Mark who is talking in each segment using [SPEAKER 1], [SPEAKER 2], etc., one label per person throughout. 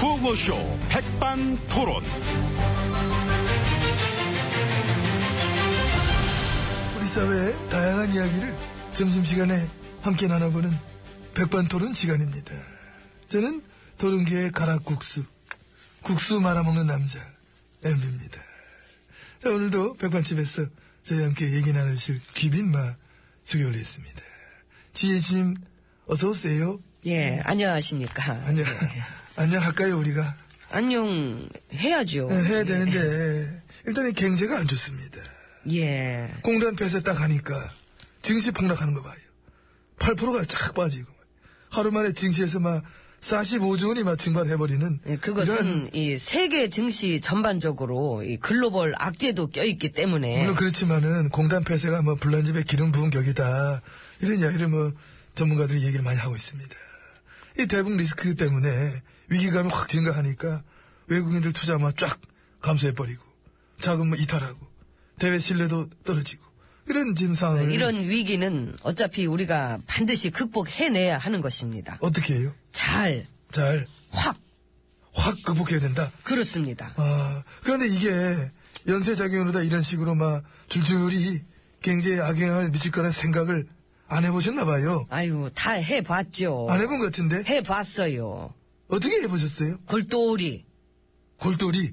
[SPEAKER 1] 구호쇼 백반토론.
[SPEAKER 2] 우리 사회의 다양한 이야기를 점심시간에 함께 나눠보는 백반토론 시간입니다. 저는 토론계의 가락국수, 국수 말아먹는 남자, 엠비입니다. 자, 오늘도 백반집에서 저희와 함께 얘기 나누실 귀빈마 소개 올리겠습니다. 지혜진님, 어서오세요.
[SPEAKER 3] 예, 안녕하십니까.
[SPEAKER 2] 안녕, 안녕할까요, 우리가?
[SPEAKER 3] 안녕, 해야죠.
[SPEAKER 2] 네, 해야 되는데, 일단 이 경제가 안 좋습니다.
[SPEAKER 3] 예.
[SPEAKER 2] 공단 폐쇄 딱 하니까 증시 폭락하는 거 봐요. 8%가 쫙 빠지고 하루 만에 증시에서 막 45조 원이 막 증발해버리는
[SPEAKER 3] 예, 그것은 이 세계 증시 전반적으로 이 글로벌 악재도 껴있기 때문에
[SPEAKER 2] 물론 그렇지만은 공단 폐쇄가 뭐 불난집에 기름 부은 격이다 이런 이야기를 뭐 전문가들이 얘기를 많이 하고 있습니다. 이 대북 리스크 때문에 위기감이 확 증가하니까 외국인들 투자만 쫙 감소해버리고 자금 뭐 이탈하고 대외 신뢰도 떨어지고 이런 지금 상황을
[SPEAKER 3] 네, 이런 위기는 어차피 우리가 반드시 극복해내야 하는 것입니다.
[SPEAKER 2] 어떻게 해요?
[SPEAKER 3] 잘,
[SPEAKER 2] 잘
[SPEAKER 3] 확,
[SPEAKER 2] 확 극복해야 된다.
[SPEAKER 3] 그렇습니다.
[SPEAKER 2] 아, 그런데 이게 연쇄작용으로다 이런 식으로 막 줄줄이 굉장히 악영향을 미칠 거라는 생각을 안 해보셨나 봐요.
[SPEAKER 3] 아유, 다 해봤죠.
[SPEAKER 2] 안 해본 것 같은데?
[SPEAKER 3] 해봤어요.
[SPEAKER 2] 어떻게 해보셨어요?
[SPEAKER 3] 골똘히.
[SPEAKER 2] 골똘히.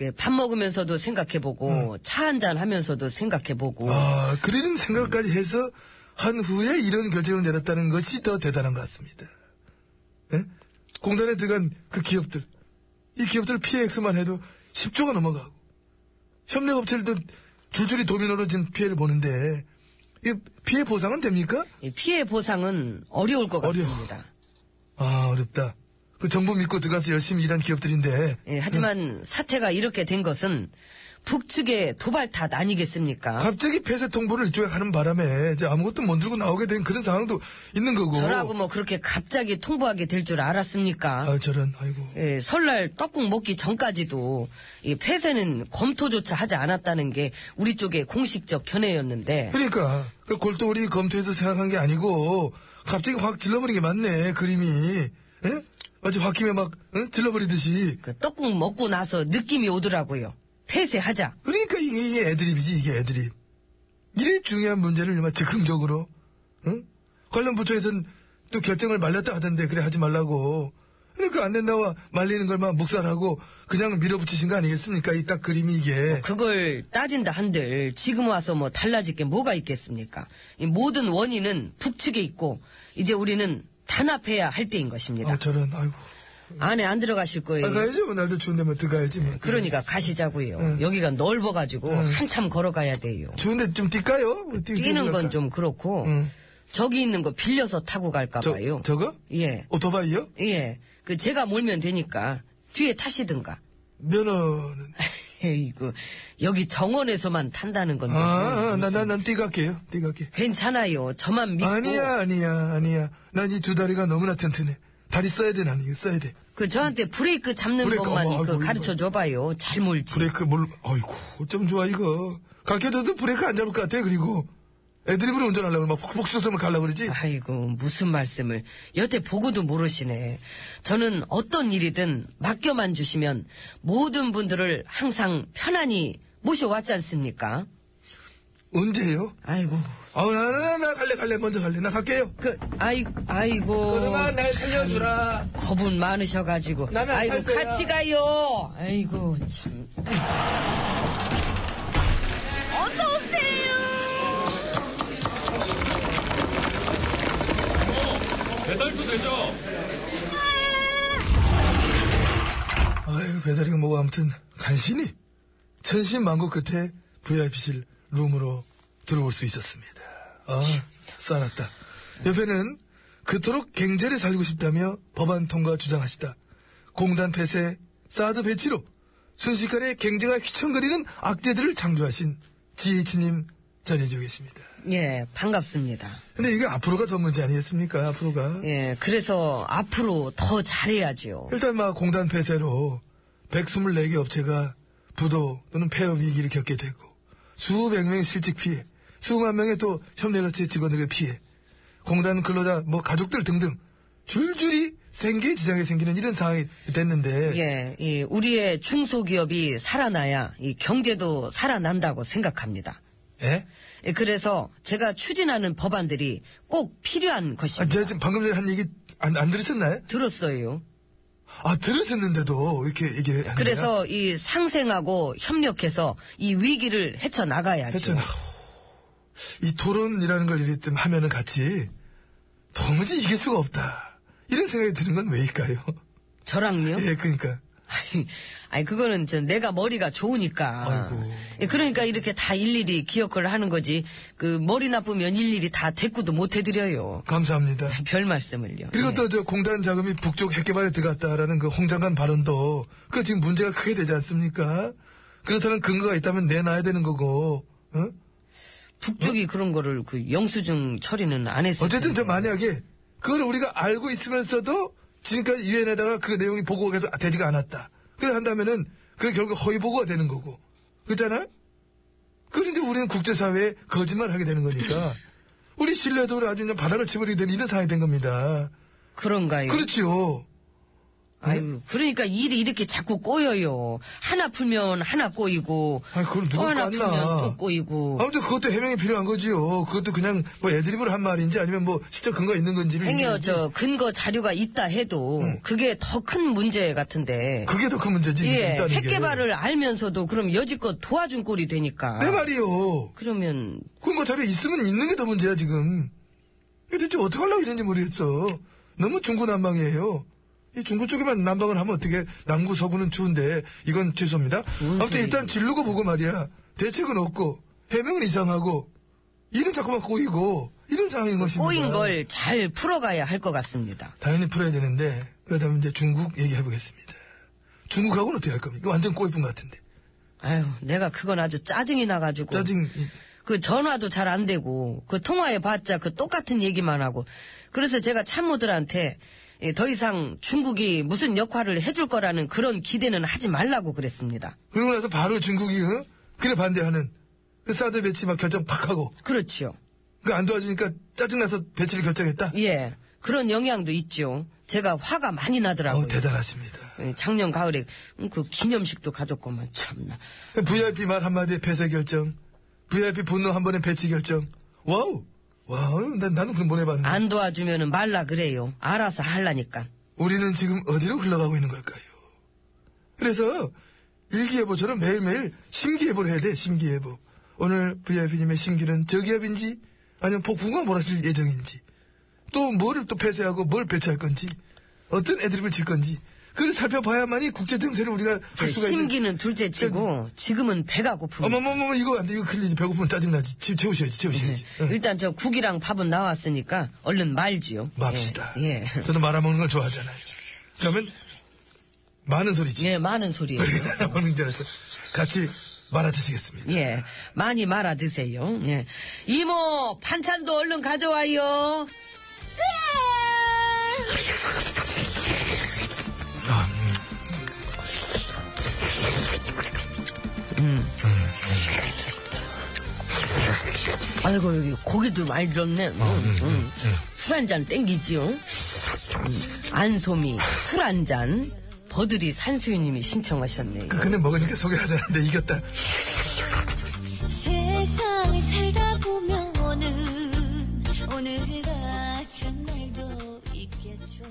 [SPEAKER 3] 예, 밥 먹으면서도 생각해보고, 차 한잔 하면서도 생각해보고,
[SPEAKER 2] 어. 아, 그런 생각까지 해서 한 후에 이런 결정을 내렸다는 것이 더 대단한 것 같습니다. 예? 공단에 들어간 그 기업들. 이 기업들 피해 액수만 해도 10조가 넘어가고. 협력업체들도 줄줄이 도미노로 지금 피해를 보는데, 이 피해 보상은 됩니까?
[SPEAKER 3] 이 피해 보상은 어려울 것
[SPEAKER 2] 어려워.
[SPEAKER 3] 같습니다.
[SPEAKER 2] 아, 어렵다. 그 정부 믿고 들어가서 열심히 일한 기업들인데.
[SPEAKER 3] 예, 하지만 사태가 이렇게 된 것은 북측의 도발 탓 아니겠습니까?
[SPEAKER 2] 갑자기 폐쇄 통보를 일종에 하는 바람에 이제 아무것도 못 들고 나오게 된 그런 상황도 있는 거고.
[SPEAKER 3] 저라고 뭐 그렇게 갑자기 통보하게 될 줄 알았습니까?
[SPEAKER 2] 아, 저런, 아이고.
[SPEAKER 3] 예, 설날 떡국 먹기 전까지도 이 폐쇄는 검토조차 하지 않았다는 게 우리 쪽의 공식적 견해였는데
[SPEAKER 2] 그러니까, 그 골똘히 검토해서 생각한 게 아니고, 갑자기 확 질러버린 게 맞네, 그림이. 예? 마치 홧김에 막, 응? 질러버리듯이.
[SPEAKER 3] 그 떡국 먹고 나서 느낌이 오더라고요. 폐쇄하자.
[SPEAKER 2] 그러니까 이게, 이게 애드립이지, 이게 애드립. 이래 중요한 문제를 막 즉흥적으로, 응? 관련 부처에서는 또 결정을 말렸다 하던데, 그래, 하지 말라고. 그러니까 안 된다고 말리는 걸 막 묵살하고 그냥 밀어붙이신 거 아니겠습니까? 이 딱 그림이 이게.
[SPEAKER 3] 그걸 따진다 한들 지금 와서 뭐 달라질 게 뭐가 있겠습니까? 이 모든 원인은 북측에 있고 이제 우리는 단합해야 할 때인 것입니다.
[SPEAKER 2] 아, 저런, 아이고.
[SPEAKER 3] 안에 안 들어가실 거예요.
[SPEAKER 2] 아, 가야지, 뭐, 날도 추운데, 뭐, 들어가야지, 뭐.
[SPEAKER 3] 그러니까 가시자고요. 여기가 넓어가지고 한참 걸어가야 돼요.
[SPEAKER 2] 추운데 좀 뛸까요? 뭐 뛰-
[SPEAKER 3] 뛰는
[SPEAKER 2] 뛰고
[SPEAKER 3] 건
[SPEAKER 2] 갈까?
[SPEAKER 3] 좀 그렇고
[SPEAKER 2] 응.
[SPEAKER 3] 저기 있는 거 빌려서 타고 갈까
[SPEAKER 2] 저,
[SPEAKER 3] 봐요.
[SPEAKER 2] 저거?
[SPEAKER 3] 예,
[SPEAKER 2] 오토바이요?
[SPEAKER 3] 예. 그 제가 몰면 되니까 뒤에 타시든가.
[SPEAKER 2] 면허는.
[SPEAKER 3] 에이구 여기 정원에서만 탄다는 건데.
[SPEAKER 2] 아, 아, 나, 나, 난 뛰갈게요. 뛰갈게.
[SPEAKER 3] 괜찮아요. 저만 믿고.
[SPEAKER 2] 아니야, 아니야, 아니야. 난 이 두 다리가 너무나 튼튼해. 다리 써야 돼, 나는. 이거 써야 돼.
[SPEAKER 3] 그 저한테 브레이크 잡는
[SPEAKER 2] 브레이크,
[SPEAKER 3] 법만
[SPEAKER 2] 어머,
[SPEAKER 3] 그
[SPEAKER 2] 아이고,
[SPEAKER 3] 가르쳐 줘봐요. 잘 몰지.
[SPEAKER 2] 브레이크 뭘, 아이고, 어쩜 좋아, 이거. 가르쳐줘도 브레이크 안 잡을 것 같아, 그리고. 애드립으로 운전하려고, 막, 폭폭 쏘서 가려고 그러지?
[SPEAKER 3] 아이고 무슨 말씀을 여태 보고도 모르시네. 저는 어떤 일이든 맡겨만 주시면 모든 분들을 항상 편안히 모셔왔지 않습니까?
[SPEAKER 2] 언제요?
[SPEAKER 3] 아이고
[SPEAKER 2] 아우, 나, 나, 나, 나 갈래, 갈래, 먼저 갈래. 나 갈게요.
[SPEAKER 3] 그 아이 아이고
[SPEAKER 2] 그러나 날 살려주라.
[SPEAKER 3] 겁은 많으셔가지고
[SPEAKER 2] 나는 안
[SPEAKER 3] 아이고
[SPEAKER 2] 갈 거야.
[SPEAKER 3] 같이 가요. 아이고 참.
[SPEAKER 1] 배달도 되죠?
[SPEAKER 2] 아유, 배달이가 뭐고, 아무튼, 간신히, 천신만고 끝에 VIP실 룸으로 들어올 수 있었습니다. 아, 싸놨다. 옆에는 그토록 경제를 살고 싶다며 법안 통과 주장하시다. 공단 폐쇄, 사드 배치로 순식간에 경제가 휘청거리는 악재들을 창조하신 GH님 전해주고 계십니다.
[SPEAKER 3] 예 반갑습니다.
[SPEAKER 2] 근데 이게 앞으로가 더 문제 아니겠습니까? 앞으로가.
[SPEAKER 3] 예 그래서 앞으로 더 잘해야지요.
[SPEAKER 2] 일단 막 공단 폐쇄로 124개 업체가 부도 또는 폐업 위기를 겪게 되고 수백 명의 실직 피해, 수만 명의 또 협력업체 직원들의 피해, 공단 근로자 뭐 가족들 등등 줄줄이 생계 지장이 생기는 이런 상황이 됐는데
[SPEAKER 3] 예, 이 우리의 중소기업이 살아나야 이 경제도 살아난다고 생각합니다.
[SPEAKER 2] 예?
[SPEAKER 3] 예, 그래서 제가 추진하는 법안들이 꼭 필요한 것입니다.
[SPEAKER 2] 아, 제가 지금 방금 전에 한 얘기 안, 안 들으셨나요?
[SPEAKER 3] 들었어요.
[SPEAKER 2] 아 들으셨는데도 이렇게 얘기를 하는 거야?
[SPEAKER 3] 그래서 이 상생하고 협력해서 이 위기를 헤쳐나가야죠.
[SPEAKER 2] 했잖아. 이 토론이라는 걸 이랬든 하면은 같이 도무지 이길 수가 없다. 이런 생각이 드는 건 왜일까요?
[SPEAKER 3] 저랑요?
[SPEAKER 2] 예, 그러니까
[SPEAKER 3] 아니, 그거는 저 내가 머리가 좋으니까.
[SPEAKER 2] 아이고.
[SPEAKER 3] 예, 그러니까 이렇게 다 일일이 기억을 하는 거지. 그 머리 나쁘면 일일이 다 대꾸도 못 해드려요.
[SPEAKER 2] 감사합니다.
[SPEAKER 3] 별 말씀을요.
[SPEAKER 2] 그리고
[SPEAKER 3] 예.
[SPEAKER 2] 또 저 공단 자금이 북쪽 핵개발에 들어갔다라는 그 홍장관 발언도 그 지금 문제가 크게 되지 않습니까? 그렇다는 근거가 있다면 내놔야 되는 거고. 어?
[SPEAKER 3] 북쪽이 그런 거를 그 영수증 처리는 안 했어요.
[SPEAKER 2] 어쨌든 저 만약에 그걸 우리가 알고 있으면서도 지금까지 유엔에다가 그 내용이 보고가 계속 되지가 않았다. 그래 한다면은 그게 결국 허위 보고가 되는 거고. 그렇잖아요? 그런데 우리는 국제사회에 거짓말을 하게 되는 거니까 우리 신뢰도를 아주 그냥 바닥을 치버리게 되는 이런 상황이 된 겁니다.
[SPEAKER 3] 그런가요?
[SPEAKER 2] 그렇지요. 음.
[SPEAKER 3] 아유, 그러니까 일이 이렇게 자꾸 꼬여요. 하나 풀면 하나 꼬이고,
[SPEAKER 2] 아니, 그걸
[SPEAKER 3] 또
[SPEAKER 2] 누가
[SPEAKER 3] 하나 풀면
[SPEAKER 2] 깠나.
[SPEAKER 3] 또 꼬이고.
[SPEAKER 2] 아무튼 그것도 해명이 필요한 거지요. 그것도 그냥 뭐 애드립으로 한 말인지 아니면 뭐 진짜 근거가 있는 건지.
[SPEAKER 3] 행여 저 근거 자료가 있다 해도 그게 더 큰 문제 같은데.
[SPEAKER 2] 그게 더 음. 큰 문제지.
[SPEAKER 3] 예,
[SPEAKER 2] 일단은 이게.
[SPEAKER 3] 핵개발을 알면서도 그럼 여지껏 도와준 꼴이 되니까.
[SPEAKER 2] 내 네, 말이요.
[SPEAKER 3] 그러면
[SPEAKER 2] 그건 뭐 자료 있으면 있는 게 더 문제야, 지금. 이게 대체 어떻게 하려고 이랬는지 모르겠어. 너무 중구난방이에요. 이 중구 쪽에만 난방을 하면 어떻게, 남구, 서구는 추운데, 이건 죄송합니다. 아무튼 일단 질르고 보고 말이야. 대책은 없고, 해명은 이상하고, 일은 자꾸만 꼬이고, 이런 상황인 것입니다.
[SPEAKER 3] 꼬인 걸 잘 풀어가야 할 것 같습니다.
[SPEAKER 2] 당연히 풀어야 되는데, 그다음에 이제 중국 얘기해보겠습니다. 중국하고는 어떻게 할 겁니까? 이거 완전 꼬이뿐 같은데.
[SPEAKER 3] 아유, 내가 그건 아주 짜증이 나가지고.
[SPEAKER 2] 짜증,
[SPEAKER 3] 그 전화도 잘 안 되고 그 통화해 봤자 그 똑같은 얘기만 하고 그래서 제가 참모들한테 예, 더 이상 중국이 무슨 역할을 해줄 거라는 그런 기대는 하지 말라고 그랬습니다.
[SPEAKER 2] 그러고 나서 바로 중국이, 어? 그래 반대하는, 그 사드 배치 막 결정 팍 하고,
[SPEAKER 3] 그렇지요.
[SPEAKER 2] 그 안 도와주니까 짜증나서 배치를 결정했다?
[SPEAKER 3] 예. 그런 영향도 있죠. 제가 화가 많이 나더라고요.
[SPEAKER 2] 어, 대단하십니다.
[SPEAKER 3] 예, 작년 가을에 음, 그 기념식도 가졌고만 참나.
[SPEAKER 2] VIP 말 한마디에 폐쇄 결정, VIP 분노 한 번에 배치 결정. 와우! 와우, 난, 나는 그걸 못 해봤는데.
[SPEAKER 3] 안 도와주면은 말라 그래요. 알아서 할라니까.
[SPEAKER 2] 우리는 지금 어디로 흘러가고 있는 걸까요? 그래서, 일기예보처럼 매일매일 심기예보를 해야 돼, 심기예보. 오늘 VIP님의 심기는 저기압인지, 아니면 폭풍과 몰아칠 예정인지, 또 뭐를 또 폐쇄하고 뭘 배치할 건지, 어떤 애드립을 칠 건지, 그걸 살펴봐야만이 국제정세를 우리가 할 수가 있는.
[SPEAKER 3] 예,
[SPEAKER 2] 그러니까
[SPEAKER 3] 심기는 둘째 치고 지금은 배가 고픕니다.
[SPEAKER 2] 어머머머 이거 안 돼. 이거 큰일이지. 배고프면 짜증나지. 치- 채우셔야지. 채우셔야지. 응.
[SPEAKER 3] 일단 저 국이랑 밥은 나왔으니까 얼른 말지요.
[SPEAKER 2] 맙시다.
[SPEAKER 3] 예.
[SPEAKER 2] 저도 말아먹는 걸 좋아하잖아요. 그러면 많은
[SPEAKER 3] 예,
[SPEAKER 2] 소리지. 그러니까
[SPEAKER 3] 예, 많은 소리예요.
[SPEAKER 2] 말아먹는 줄 알았어. 같이 말아드시겠습니다.
[SPEAKER 3] 예, 많이 말아 드세요. 예. 이모 반찬도 얼른 가져와요. 예. 음. 아이고 여기 고기도 많이 들었네. 음, 음. 술한 잔 땡기지요. 음, 안소미 술 한 잔. 버들이 산수유님이 신청하셨네요.
[SPEAKER 2] 근데 먹으니까 소개하않는데 이겼다.
[SPEAKER 4] 세상을 살다 보면 오늘 오늘 같은 날도 있겠죠.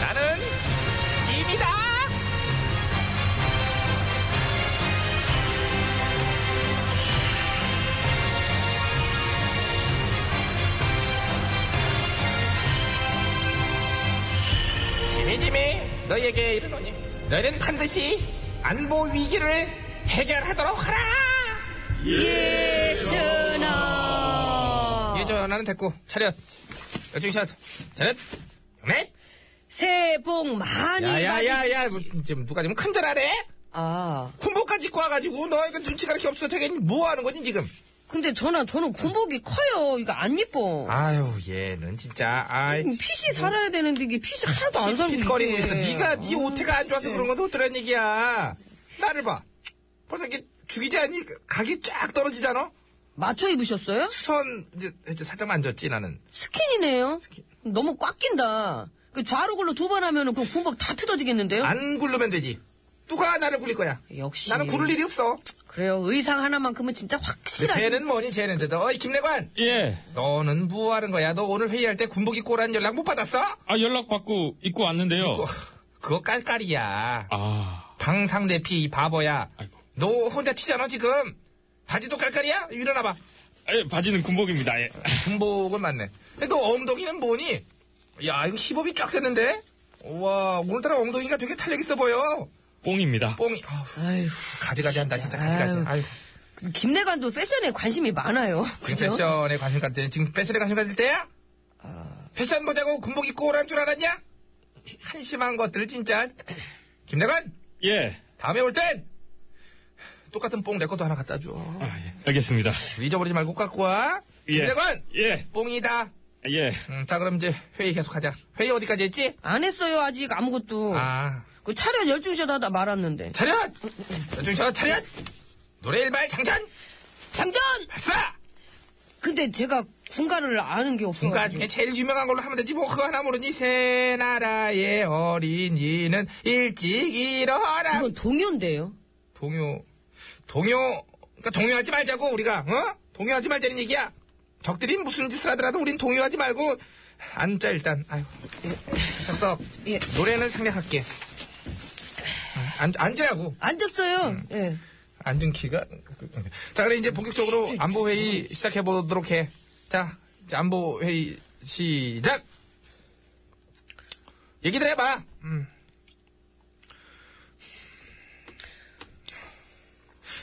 [SPEAKER 1] 나는 짐이다. 짐이 짐이 너에게 이르노니 너는 반드시 안보 위기를 해결하도록 하라. 어.
[SPEAKER 3] 예천아
[SPEAKER 1] 예전하는 됐고 차렷 열중샷 차렷 경례
[SPEAKER 3] 새해 복 많이 받으시
[SPEAKER 1] 야야야야 뭐, 지금 누가 지금 큰절하래?
[SPEAKER 3] 아
[SPEAKER 1] 군복까지 입고 와가지고 너 이거 눈치가 이렇게 없어 되게 뭐 하는 거니 지금?
[SPEAKER 3] 근데 저는 저는 군복이 커요. 이거 안 예뻐.
[SPEAKER 1] 아유 얘는 진짜 아이
[SPEAKER 3] 핏이 살아야 되는데 이게 핏이 하나도 안 살고
[SPEAKER 1] 핏거리고
[SPEAKER 3] 있네.
[SPEAKER 1] 있어. 네가 네 오태가 안 좋아서 그런 건데 어떠란 얘기야. 나를 봐. 벌써 이렇게 죽이지 않니? 각이 쫙 떨어지잖아.
[SPEAKER 3] 맞춰 입으셨어요?
[SPEAKER 1] 수선 이제, 이제 살짝 만졌지 나는.
[SPEAKER 3] 스킨이네요. 너무 꽉 낀다. 그 좌로 굴러 두 번 하면은 그 군복 다 뜯어지겠는데요?
[SPEAKER 1] 안 굴르면 되지. 누가 나를 굴릴 거야.
[SPEAKER 3] 역시.
[SPEAKER 1] 나는 굴릴 일이 없어.
[SPEAKER 3] 그래요. 의상 하나만큼은 진짜
[SPEAKER 1] 근데
[SPEAKER 3] 확실하시.
[SPEAKER 1] 쟤는 뭐니 쟤는 저도 어이 김내관
[SPEAKER 5] 예.
[SPEAKER 1] 너는 뭐 하는 거야? 너 오늘 회의할 때 군복 입고 오라는 연락 못 받았어?
[SPEAKER 5] 아, 연락받고 입고 왔는데요.
[SPEAKER 1] 어, 그거 깔깔이야.
[SPEAKER 5] 아,
[SPEAKER 1] 방상대피 이 바보야.
[SPEAKER 5] 아이고.
[SPEAKER 1] 너 혼자 튀잖아 지금. 바지도 깔깔이야? 일어나봐.
[SPEAKER 5] 예, 바지는 군복입니다. 예.
[SPEAKER 1] 군복은 맞네. 근데 너 엉덩이는 뭐니? 야 이거 힙업이 쫙 됐는데? 와 오늘따라 엉덩이가 되게 탄력 있어 보여.
[SPEAKER 5] 뽕입니다.
[SPEAKER 1] 뽕이 아우,
[SPEAKER 3] 아휴.
[SPEAKER 1] 가지가지 한다 진짜 가지가지.
[SPEAKER 3] 아유.
[SPEAKER 1] 아유.
[SPEAKER 3] 김내관도 패션에 관심이 많아요.
[SPEAKER 1] 지금
[SPEAKER 3] 그죠?
[SPEAKER 1] 패션에 관심 갖대 지금 패션에 관심 가질 때야?
[SPEAKER 3] 아.
[SPEAKER 1] 패션 보자고 군복 입고 오란 줄 알았냐? 한심한 것들 진짜. 김대관
[SPEAKER 5] 예.
[SPEAKER 1] 다음에 올 땐 똑같은 뽕 내 것도 하나 갖다 줘.
[SPEAKER 5] 아, 예. 알겠습니다.
[SPEAKER 1] 잊어버리지 말고 꼭 갖고 와.
[SPEAKER 5] 예.
[SPEAKER 1] 김대관
[SPEAKER 5] 예.
[SPEAKER 1] 뽕이다.
[SPEAKER 5] 예.
[SPEAKER 1] 음, 자 그럼 이제 회의 계속하자. 회의 어디까지 했지?
[SPEAKER 3] 안 했어요 아직 아무것도.
[SPEAKER 1] 아
[SPEAKER 3] 그 차렷 열중샷 하다 말았는데.
[SPEAKER 1] 차렷. 음, 저저 차렷. 노래 일발 장전
[SPEAKER 3] 장전!
[SPEAKER 1] 발사.
[SPEAKER 3] 근데 제가 군가를 아는 게 예, 없어요.
[SPEAKER 1] 군가 중에 제일 유명한 걸로 하면 되지 뭐 그거 하나 모르니 새 나라의 어린이는 일찍 일어나
[SPEAKER 3] 이건 동요인데요.
[SPEAKER 1] 동요 동요 그러니까 동요하지 말자고 우리가 어 동요하지 말자는 얘기야 적들이 무슨 짓을 하더라도 우린 동요하지 말고 앉자 일단 아유 착석
[SPEAKER 3] 예.
[SPEAKER 1] 노래는 생략할게 어, 앉, 앉으라고
[SPEAKER 3] 앉았어요.
[SPEAKER 1] 음.
[SPEAKER 3] 예.
[SPEAKER 1] 앉은 키가 자 그래 이제 본격적으로 안보 회의 시작해 보도록 해자 이제 안보 회의 시작 얘기들 해봐 음.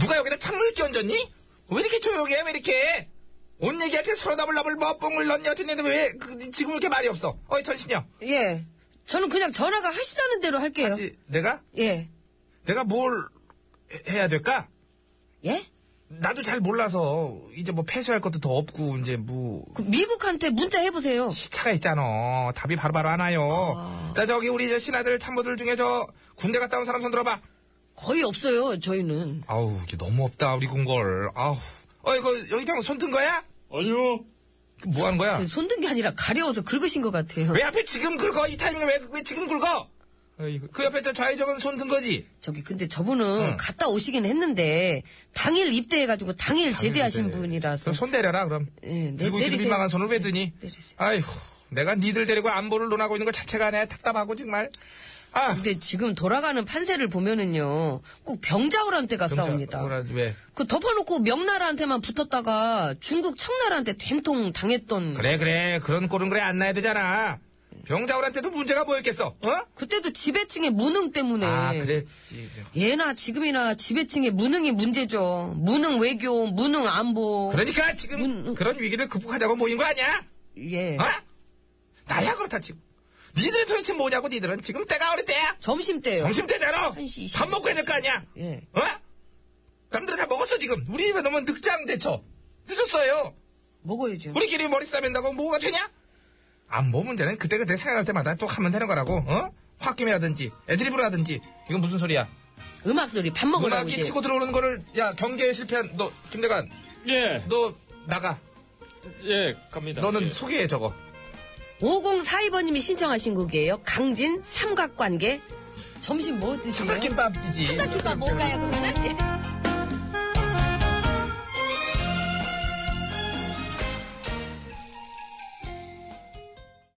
[SPEAKER 1] 누가 여기다 찬물 끼얹었니 왜 이렇게 조용해 왜 이렇게 온 얘기할 때 서로 나불나불 뭐 뽕을 넣냐 저니는 왜 그, 지금 이렇게 말이 없어 어이 전신여
[SPEAKER 3] 예. 저는 그냥 전화가 하시자는 대로 할게요.
[SPEAKER 1] 다시 내가
[SPEAKER 3] 예.
[SPEAKER 1] 내가 뭘 해- 해야 될까
[SPEAKER 3] 예?
[SPEAKER 1] 나도 잘 몰라서 이제 뭐 패소할 것도 더 없고 이제 뭐
[SPEAKER 3] 그 미국한테 문자 해보세요.
[SPEAKER 1] 시차가 있잖아. 답이 바로바로 안 와요.
[SPEAKER 3] 아.
[SPEAKER 1] 자 저기 우리 저 신하들 참모들 중에 저 군대 갔다 온 사람 손 들어봐.
[SPEAKER 3] 거의 없어요, 저희는.
[SPEAKER 1] 아우 이게 너무 없다 우리 군걸. 아우 어 이거 여기장 손 든 거야?
[SPEAKER 5] 아니요.
[SPEAKER 1] 그뭐 하는 거야?
[SPEAKER 3] 그 손든 게 아니라 가려워서 긁으신 것 같아요.
[SPEAKER 1] 왜 하필 지금 긁어? 이 타이밍에 왜, 왜 지금 긁어? 어이구, 그 옆에 저 좌회적은 손 든 거지.
[SPEAKER 3] 저기, 근데
[SPEAKER 1] 어.
[SPEAKER 3] 저분은 갔다 오시긴 했는데, 당일 입대해가지고 당일 제대하신 분이라서.
[SPEAKER 1] 그럼 손 내려라 그럼.
[SPEAKER 3] 예, 내-
[SPEAKER 1] 들고 있는
[SPEAKER 3] 내리세요. 네,
[SPEAKER 1] 민망한 손을 왜 드니?
[SPEAKER 3] 내리세요.
[SPEAKER 1] 아이고 내가 니들 데리고 안보를 논하고 있는 거 자체가 내 답답하고 정말. 아
[SPEAKER 3] 근데 지금 돌아가는 판세를 보면은요, 꼭 병자호란때 가싸웁니다
[SPEAKER 1] 뭐라- 왜?
[SPEAKER 3] 그 덮어놓고 명나라한테만 붙었다가 중국 청나라한테 됨통 당했던.
[SPEAKER 1] 그래 그래 그런 꼴은 그래 안 나야 되잖아 병자울한테도 문제가 뭐였겠어 어?
[SPEAKER 3] 때도 지배층의 무능 때문에.
[SPEAKER 1] 아 그랬지
[SPEAKER 3] 예나 지금이나 지배층의 무능이 문제죠. 무능 외교, 무능 안보.
[SPEAKER 1] 그러니까 지금
[SPEAKER 3] 문-
[SPEAKER 1] 그런 위기를 극복하자고 모인 거 아니야
[SPEAKER 3] 예.
[SPEAKER 1] 어? 나야 그렇다 지금 니들은 도대체 뭐냐고 니들은 지금 때가 어릴 때야
[SPEAKER 3] 점심 때요.
[SPEAKER 1] 점심때잖아
[SPEAKER 3] 한시 이십.
[SPEAKER 1] 밥 먹고 해야 될 거 아니야
[SPEAKER 3] 예.
[SPEAKER 1] 어? 남들은 다 먹었어 지금 우리 입에 너무 늑장 대처 늦었어요
[SPEAKER 3] 먹어야죠.
[SPEAKER 1] 우리끼리 머리 싸맨다고 뭐가 되냐? 안보 문제는 그때그때 생각할 때마다 또 하면 되는 거라고, 어? 홧김이라든지, 애드립으로 하든지, 이건 무슨 소리야?
[SPEAKER 3] 음악 소리 밥 먹으라고
[SPEAKER 1] 음악이
[SPEAKER 3] 이제.
[SPEAKER 1] 치고 들어오는 거를, 야, 경계에 실패한, 너, 김대관,
[SPEAKER 5] 예.
[SPEAKER 1] 너, 나가.
[SPEAKER 5] 예, 갑니다.
[SPEAKER 1] 너는
[SPEAKER 5] 예.
[SPEAKER 1] 소개해, 저거.
[SPEAKER 3] 5042번님이 신청하신 곡이에요. 강진 삼각관계. 점심 뭐 드시나요?
[SPEAKER 1] 삼각김밥이지.
[SPEAKER 3] 삼각김밥 뭔가요 그러면?